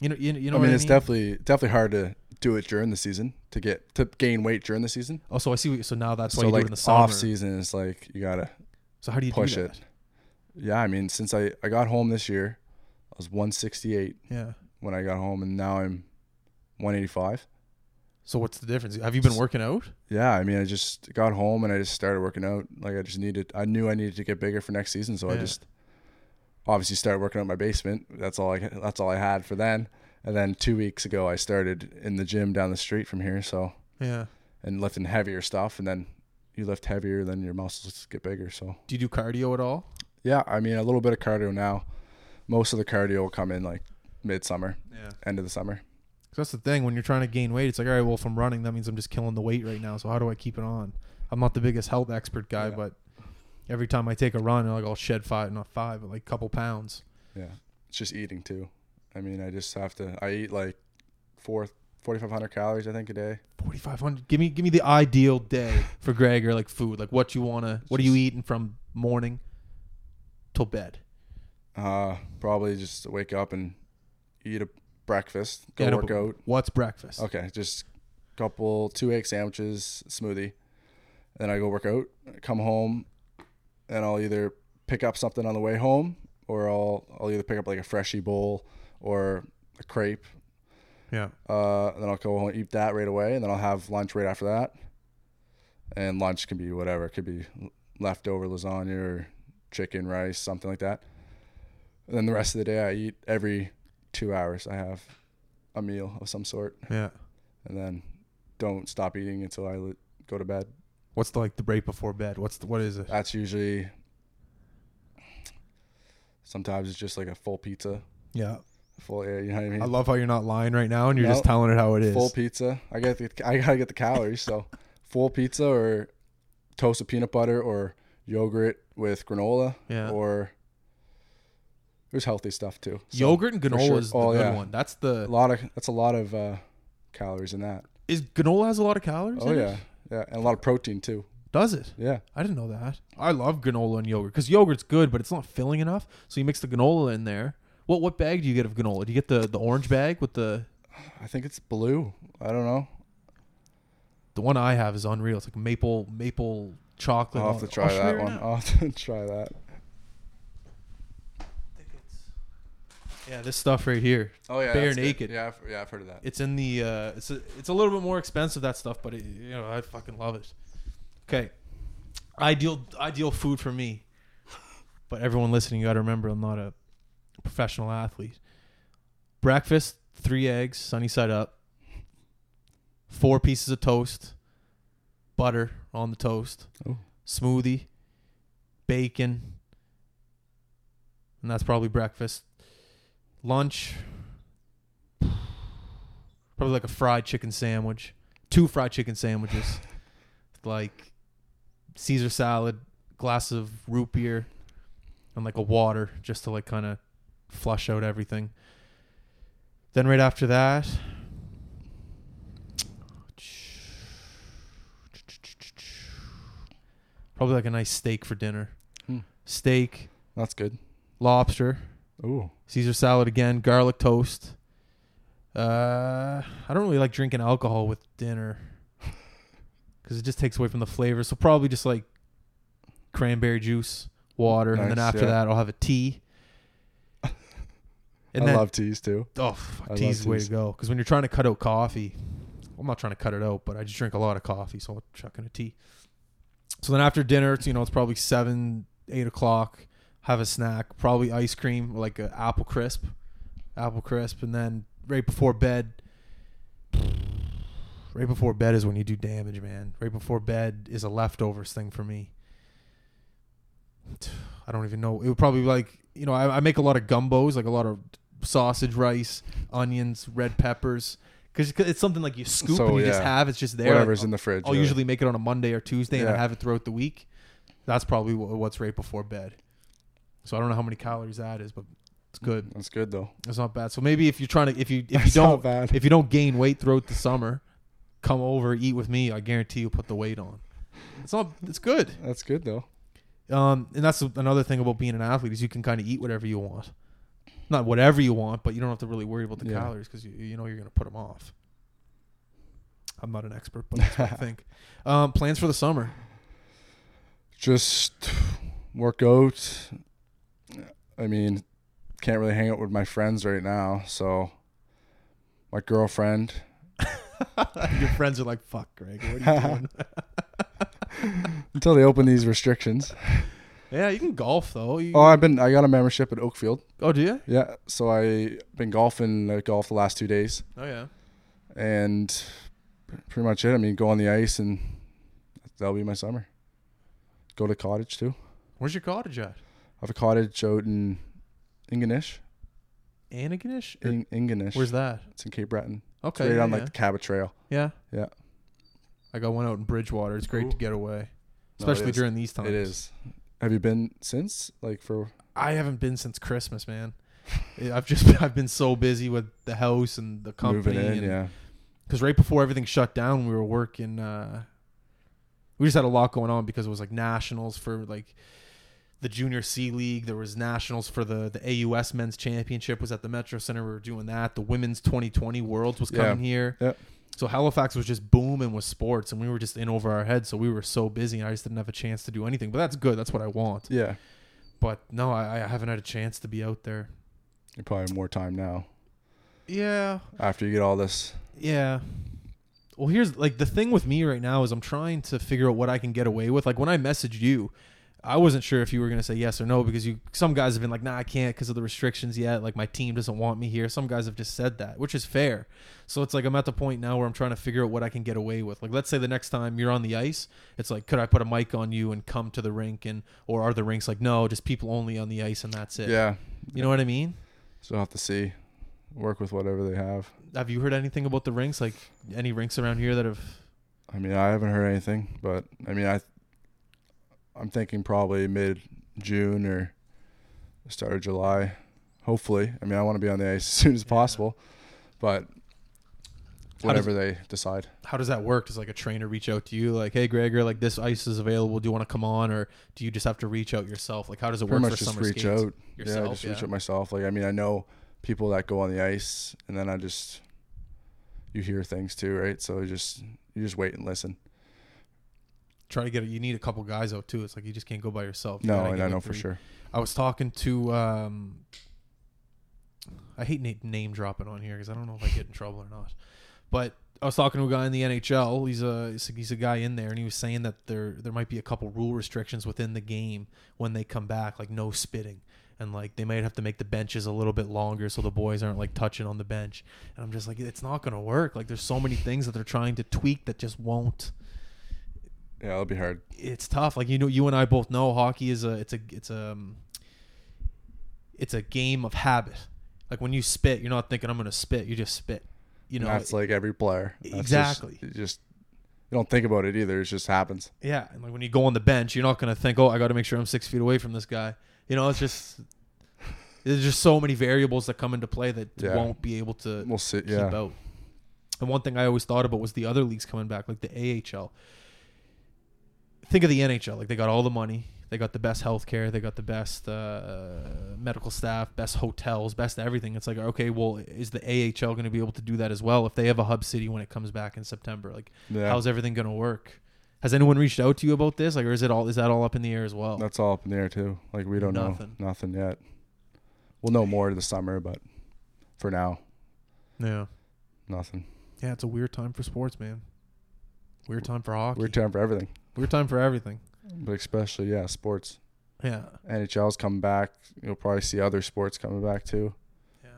S1: you know, you, you know?
S2: I
S1: what
S2: mean, it's
S1: I mean?
S2: definitely definitely hard to do it during the season to get to gain weight during the season.
S1: Oh, so I see. What, you- so now that's why
S2: so
S1: you do
S2: like
S1: it in the summer.
S2: off season is like you gotta
S1: so how do you
S2: push
S1: do that?
S2: it. Yeah, I mean, since I I got home this year, I was 168
S1: Yeah.
S2: when I got home, and now I'm 185.
S1: So what's the difference? Have you been working out?
S2: Yeah, I mean, I just got home and I just started working out. Like I just needed, I knew I needed to get bigger for next season, so I
S1: Yeah.
S2: just obviously started working out in my basement. That's all I that's all I had for then. And then two weeks ago, I started in the gym down the street from here, so
S1: Yeah.
S2: and lifting heavier stuff. And then you lift heavier, then your muscles get bigger. So
S1: Do you do cardio at all?
S2: yeah, I mean, a little bit of cardio now. Most of the cardio will come in like midsummer,
S1: Yeah.
S2: end of the summer.
S1: 'Cause that's the thing when you're trying to gain weight, it's like, all right, well, if I'm running, that means I'm just killing the weight right now. So how do I keep it on? I'm not the biggest health expert guy,
S2: Yeah.
S1: but every time I take a run, like I'll shed five, not five, but like couple pounds.
S2: Yeah. It's just eating too. I mean, I just have to, I eat like four, 4,500 calories, I think, a day.
S1: 4,500. Give me, give me the ideal day for Greg or like food, like what you wanna, what are you eating from morning till bed?
S2: Uh, probably just wake up and eat a breakfast, go
S1: Yeah, I know,
S2: work
S1: but
S2: out.
S1: What's breakfast?
S2: Okay. Just couple, two egg sandwiches, smoothie. Then I go work out, come home, and I'll either pick up something on the way home or I'll, I'll either pick up like a freshie bowl or a crepe
S1: Yeah.
S2: Uh, then I'll go home and eat that right away, and then I'll have lunch right after that. And lunch can be whatever. It could be leftover lasagna or chicken rice, something like that. And then the rest of the day, I eat every two hours. I have a meal of some sort,
S1: Yeah.
S2: and then don't stop eating until I li- go to bed.
S1: What's the, like the break before bed? What's the, what is it?
S2: That's usually. Sometimes it's just like a full pizza,
S1: Yeah.
S2: full. You know what I mean?
S1: I love how you're not lying right now and you're
S2: No.
S1: just telling it how it is.
S2: full pizza. I got the, I gotta get the calories. So full pizza or toasted peanut butter or yogurt with granola
S1: Yeah.
S2: or there's healthy stuff too. So
S1: Yogurt and
S2: for
S1: granola
S2: sure.
S1: is the
S2: Oh,
S1: good
S2: yeah.
S1: one. That's the
S2: A lot of that's a lot of uh, calories in that.
S1: Is granola has a lot of calories?
S2: Oh
S1: in it?
S2: yeah, yeah, and a lot of protein too.
S1: Does it?
S2: Yeah,
S1: I didn't know that. I love granola and yogurt because yogurt's good, but it's not filling enough. So you mix the granola in there. What what bag do you get of granola? Do you get the, the orange bag with the
S2: I think it's blue. I don't know.
S1: the one I have is unreal. It's like maple maple chocolate. Oh,
S2: I'll have to try
S1: show you
S2: that
S1: right
S2: one.
S1: now.
S2: I'll have to try that.
S1: Yeah, this stuff right here.
S2: Oh yeah,
S1: Bare
S2: that's good.
S1: naked.
S2: Yeah, I've, yeah, I've heard of that.
S1: It's in the uh, it's a, it's a little bit more expensive that stuff, but it, you know I fucking love it. Okay, ideal ideal food for me. But everyone listening, you got to remember, I'm not a professional athlete. Breakfast: three eggs, sunny side up, four pieces of toast, butter on the toast,
S2: Oh.
S1: smoothie, bacon, and that's probably breakfast. Lunch, probably like a fried chicken sandwich, two fried chicken sandwiches, like Caesar salad, glass of root beer, and like a water just to like kind of flush out everything. Then right after that, probably like a nice steak for dinner.
S2: Hmm.
S1: Steak,
S2: That's good.
S1: lobster,
S2: Ooh.
S1: Caesar salad again, garlic toast. Uh, I don't really like drinking alcohol with dinner because it just takes away from the flavor. So probably just like cranberry juice, water, and then
S2: Nice,
S1: after
S2: yeah.
S1: that I'll have a tea. And
S2: I
S1: then
S2: love teas too.
S1: oh, fuck,
S2: I love
S1: tea's the way
S2: teas.
S1: to go because when you're trying to cut out coffee, I'm not trying to cut it out, but I just drink a lot of coffee, so I'll chuck in a tea. So then after dinner, it's you know it's probably seven, eight o'clock. Have a snack, probably ice cream, like an apple crisp, apple crisp, and then right before bed. Right before bed is when you do damage, man. Right before bed is a leftovers thing for me. I don't even know. It would probably be like you know I, I make a lot of gumbo's, like a lot of sausage, rice, onions, red peppers, because it's something like you scoop
S2: So,
S1: and you just
S2: yeah.
S1: have. It's just there.
S2: Whatever's
S1: Like,
S2: in the fridge.
S1: I'll
S2: really.
S1: usually make it on a Monday or Tuesday and I
S2: Yeah.
S1: have it throughout the week. That's probably wh- what's right before bed. So I don't know how many calories that is, but it's good.
S2: That's good though.
S1: It's not bad. So maybe if you're trying to, if you if you
S2: That's not
S1: don't
S2: bad.
S1: if you don't gain weight throughout the summer, come over eat with me. I guarantee you'll put the weight on. It's not. It's good.
S2: That's good though.
S1: Um, and that's another thing about being an athlete is you can kind of eat whatever you want, not whatever you want, but you don't have to really worry about the
S2: Yeah.
S1: calories because you you know you're gonna put them off. I'm not an expert, but that's what I think. Um, plans for the summer.
S2: Just work out. I mean, can't really hang out with my friends right now, so my girlfriend.
S1: Your friends are like, "Fuck, Greg, what are you doing?"
S2: Until they open these restrictions.
S1: yeah, you can golf though. You,
S2: Oh, I've been I got a membership at Oakfield.
S1: oh, do you?
S2: Yeah. So I been golfing uh, golf the last two days.
S1: Oh yeah.
S2: and pretty much it. I mean, go on the ice, and that'll be my summer. Go to cottage too.
S1: Where's your cottage at?
S2: I have a cottage out in Inganish.
S1: Anaganish? Or-
S2: In, Inganish.
S1: Where's that?
S2: It's in Cape Breton. It's
S1: Okay.
S2: right
S1: yeah,
S2: on
S1: yeah.
S2: like the Cabot Trail.
S1: yeah.
S2: Yeah.
S1: I got one out in Bridgewater. It's great
S2: Cool.
S1: to get away,
S2: No,
S1: especially
S2: it is.
S1: during these times.
S2: It is. Have you been since? Like for
S1: I haven't been since Christmas, man. I've just I've been so busy with the house and the company.
S2: moving in?
S1: and,
S2: Yeah.
S1: because right before everything shut down, we were working. Uh, we just had a lot going on because it was like nationals for like the junior C league. There was nationals for the the AUS men's championship was at the Metro Center. We were doing that. The women's 2020 Worlds was
S2: Yeah.
S1: coming here.
S2: Yep.
S1: So Halifax was just booming with sports, and we were just in over our heads. So we were so busy, and I just didn't have a chance to do anything. But that's good. That's what I want.
S2: Yeah.
S1: But no, I, I haven't had a chance to be out there.
S2: You probably have more time now
S1: Yeah,
S2: after you get all this.
S1: Yeah. Well, here's like the thing with me right now is I'm trying to figure out what I can get away with. Like when I messaged you, I wasn't sure if you were gonna say yes or no because you some guys have been like, nah, I can't because of the restrictions yet. Like my team doesn't want me here. Some guys have just said that, which is fair. So it's like I'm at the point now where I'm trying to figure out what I can get away with. Like let's say the next time you're on the ice, it's like, could I put a mic on you and come to the rink and or are the rinks like, no, just people only on the ice and that's it.
S2: Yeah.
S1: You know what I mean?
S2: So I'll have to see. Work with whatever they have.
S1: Have you heard anything about the rinks? Like any rinks around here that have
S2: I mean, I haven't heard anything, but I mean, I I'm thinking probably mid June or start of July, hopefully. I mean, I want to be on the ice as soon as
S1: Yeah.
S2: possible, but
S1: does-
S2: whatever they decide.
S1: how does that work? Does like a trainer reach out to you, like, "Hey, Gregor, like this ice is available. Do you want to come on?" Or do you just have to reach out yourself? Like, how does it
S2: Pretty
S1: work
S2: much
S1: for
S2: just
S1: summer
S2: reach
S1: skates?
S2: out. yeah, I
S1: Yourself,
S2: just reach
S1: yeah.
S2: out myself. Like, I mean, I know people that go on the ice, and then I just you hear things too, right? So you just you just wait and listen.
S1: Try to get. You need a couple guys out too. It's like you just can't go by yourself. You
S2: No,
S1: gotta
S2: and
S1: get,
S2: I
S1: like,
S2: know for
S1: three-
S2: sure.
S1: I was talking to. um I hate na- name dropping on here because I don't know if I get in trouble or not. But I was talking to a guy in the NHL. He's a he's a guy in there, and he was saying that there there might be a couple rule restrictions within the game when they come back, like no spitting, and like they might have to make the benches a little bit longer so the boys aren't like touching on the bench. And I'm just like, it's not gonna work. Like there's so many things that they're trying to tweak that just won't
S2: Yeah, that'll be hard.
S1: it's tough. Like you know, you and I both know hockey is a it's a it's a um, it's a game of habit. Like when you spit, you're not thinking I'm gonna spit. You just spit. You know,
S2: that's like every player. That's just-
S1: Exactly.
S2: it just you don't think about it either. It just happens.
S1: Yeah, and like when you go on the bench, you're not gonna think, "Oh, I got to make sure I'm six feet away from this guy." You know, it's just there's just so many variables that come into play that
S2: Yeah.
S1: won't be able to
S2: We'll see.
S1: keep
S2: Yeah.
S1: out. And one thing I always thought about was the other leagues coming back, like the AHL. Think of the NHL, like they got all the money, they got the best health care, they got the best uh, medical staff, best hotels, best everything. It's like, okay, well, is the AHL going to be able to do that as well if they have a hub city when it comes back in September? Like,
S2: Yeah.
S1: how's everything going to work? Has anyone reached out to you about this? Like, or is it all is that all up in the air as well?
S2: That's all up in the air too. Like we don't
S1: Nothing.
S2: know nothing yet. We'll know more this summer, but for now,
S1: yeah,
S2: nothing.
S1: yeah, it's a weird time for sports, man. Weird time for hockey.
S2: We're time for everything,
S1: weird time for everything.
S2: but especially yeah, sports.
S1: Yeah,
S2: NHL's coming back. You'll probably see other sports coming back too.
S1: Yeah.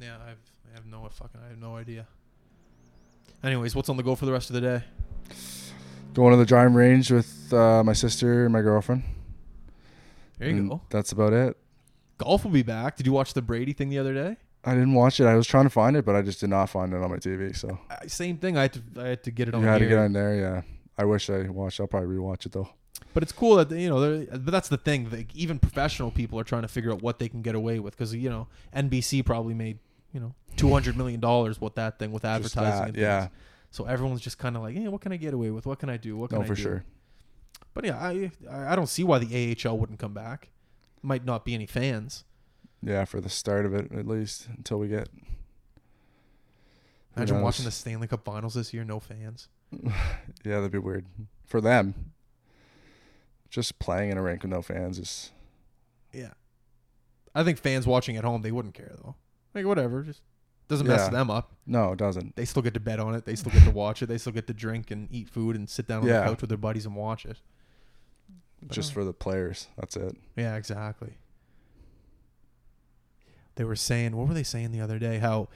S1: Yeah, I've I have no fucking I have no idea. Anyways, what's on the go for the rest of the day?
S2: Going to the driving range with uh, my sister and my girlfriend.
S1: There you
S2: And
S1: go.
S2: That's about it.
S1: Golf will be back. Did you watch the Brady thing the other day?
S2: I didn't watch it. I was trying to find it, but I just did not find it on my TV. So
S1: Uh, same thing. I had to I had to get it
S2: you
S1: on
S2: had to
S1: here.
S2: get on there. Yeah. I wish I watched. I'll probably rewatch it though.
S1: But it's cool that you know. they're- But that's the thing. Like, even professional people are trying to figure out what they can get away with because you know NBC probably made you know two hundred million dollars with that thing with
S2: Just
S1: advertising.
S2: that,
S1: and things.
S2: yeah.
S1: So everyone's just kind of like, hey, what can I get away with? What can I do? What can
S2: No,
S1: I
S2: for
S1: do?
S2: sure.
S1: But yeah, I I I don't see why the AHL wouldn't come back. Might not be any fans.
S2: Yeah, for the start of it at least until we get. Who
S1: Imagine
S2: knows?
S1: watching the Stanley Cup Finals this year, no fans.
S2: Yeah, that'd be weird for them. Just playing in a rink with no fans is
S1: Yeah, I think fans watching at home they wouldn't care though. Like whatever, just doesn't mess
S2: Yeah.
S1: them up.
S2: no, it doesn't.
S1: They still get to bet on it. They still get to watch it. They still get to drink and eat food and sit down on
S2: Yeah.
S1: the couch with their buddies and watch it.
S2: Just
S1: uh,
S2: for the players. That's it.
S1: Yeah, exactly. They were saying, what were they saying the other day? How,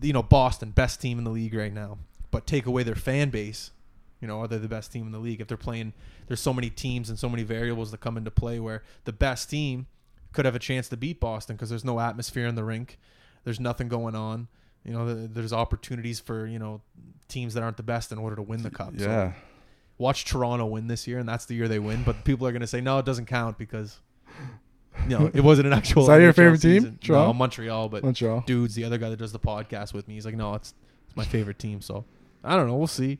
S1: you know, Boston, best team in the league right now, but take away their fan base. You know, are they the best team in the league? If they're playing, there's so many teams and so many variables that come into play where the best team could have a chance to beat Boston because there's no atmosphere in the rink, there's nothing going on. You know, th- there's opportunities for you know teams that aren't the best in order to win the cup. So
S2: yeah.
S1: watch Toronto win this year, and that's the year they win. But people are going to say, no, it doesn't count because, you know, it wasn't an actual.
S2: Is that your
S1: NHL
S2: favorite team,
S1: season.
S2: Toronto?
S1: No, Montreal, but
S2: Montreal.
S1: dudes, the other guy that does the podcast with me, he's like, no, it's it's my favorite team. So I don't know. We'll see.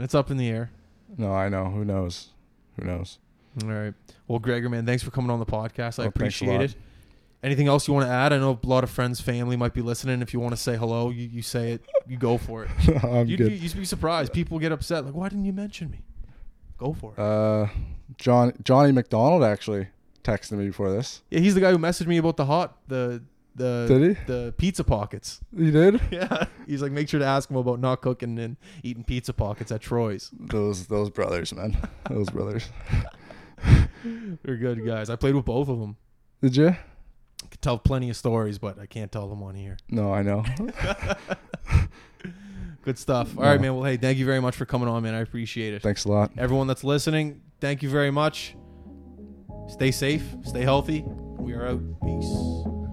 S1: It's up in the air.
S2: No, I know. Who knows? Who knows?
S1: All right. Well, Gregor, man, thanks for coming on the podcast. I
S2: Well, Oh, thanks a
S1: appreciate
S2: lot.
S1: it. Anything else you want to add? I know a lot of friends, family might be listening. If you want to say hello, you, you say it. You go for it.
S2: I'm
S1: You'd,
S2: good.
S1: be- you'd be surprised. People get upset. Like, why didn't you mention me? Go for it.
S2: Uh, John Johnny McDonald actually texted me before this.
S1: Yeah, he's the guy who messaged me about the hot the the
S2: Did
S1: the pizza pockets.
S2: he? He did.
S1: Yeah, he's like, make sure to ask him about not cooking and eating pizza pockets at Troy's.
S2: Those those brothers, man. Those brothers.
S1: They're good guys. I played with both of them.
S2: Did you?
S1: Could tell plenty of stories, but I can't tell them on here.
S2: No, I know.
S1: Good stuff. All right,
S2: No.
S1: man. Well, hey, thank you very much for coming on, man. I appreciate it.
S2: Thanks a lot.
S1: Everyone that's listening, thank you very much. Stay safe. Stay healthy. We are out. Peace.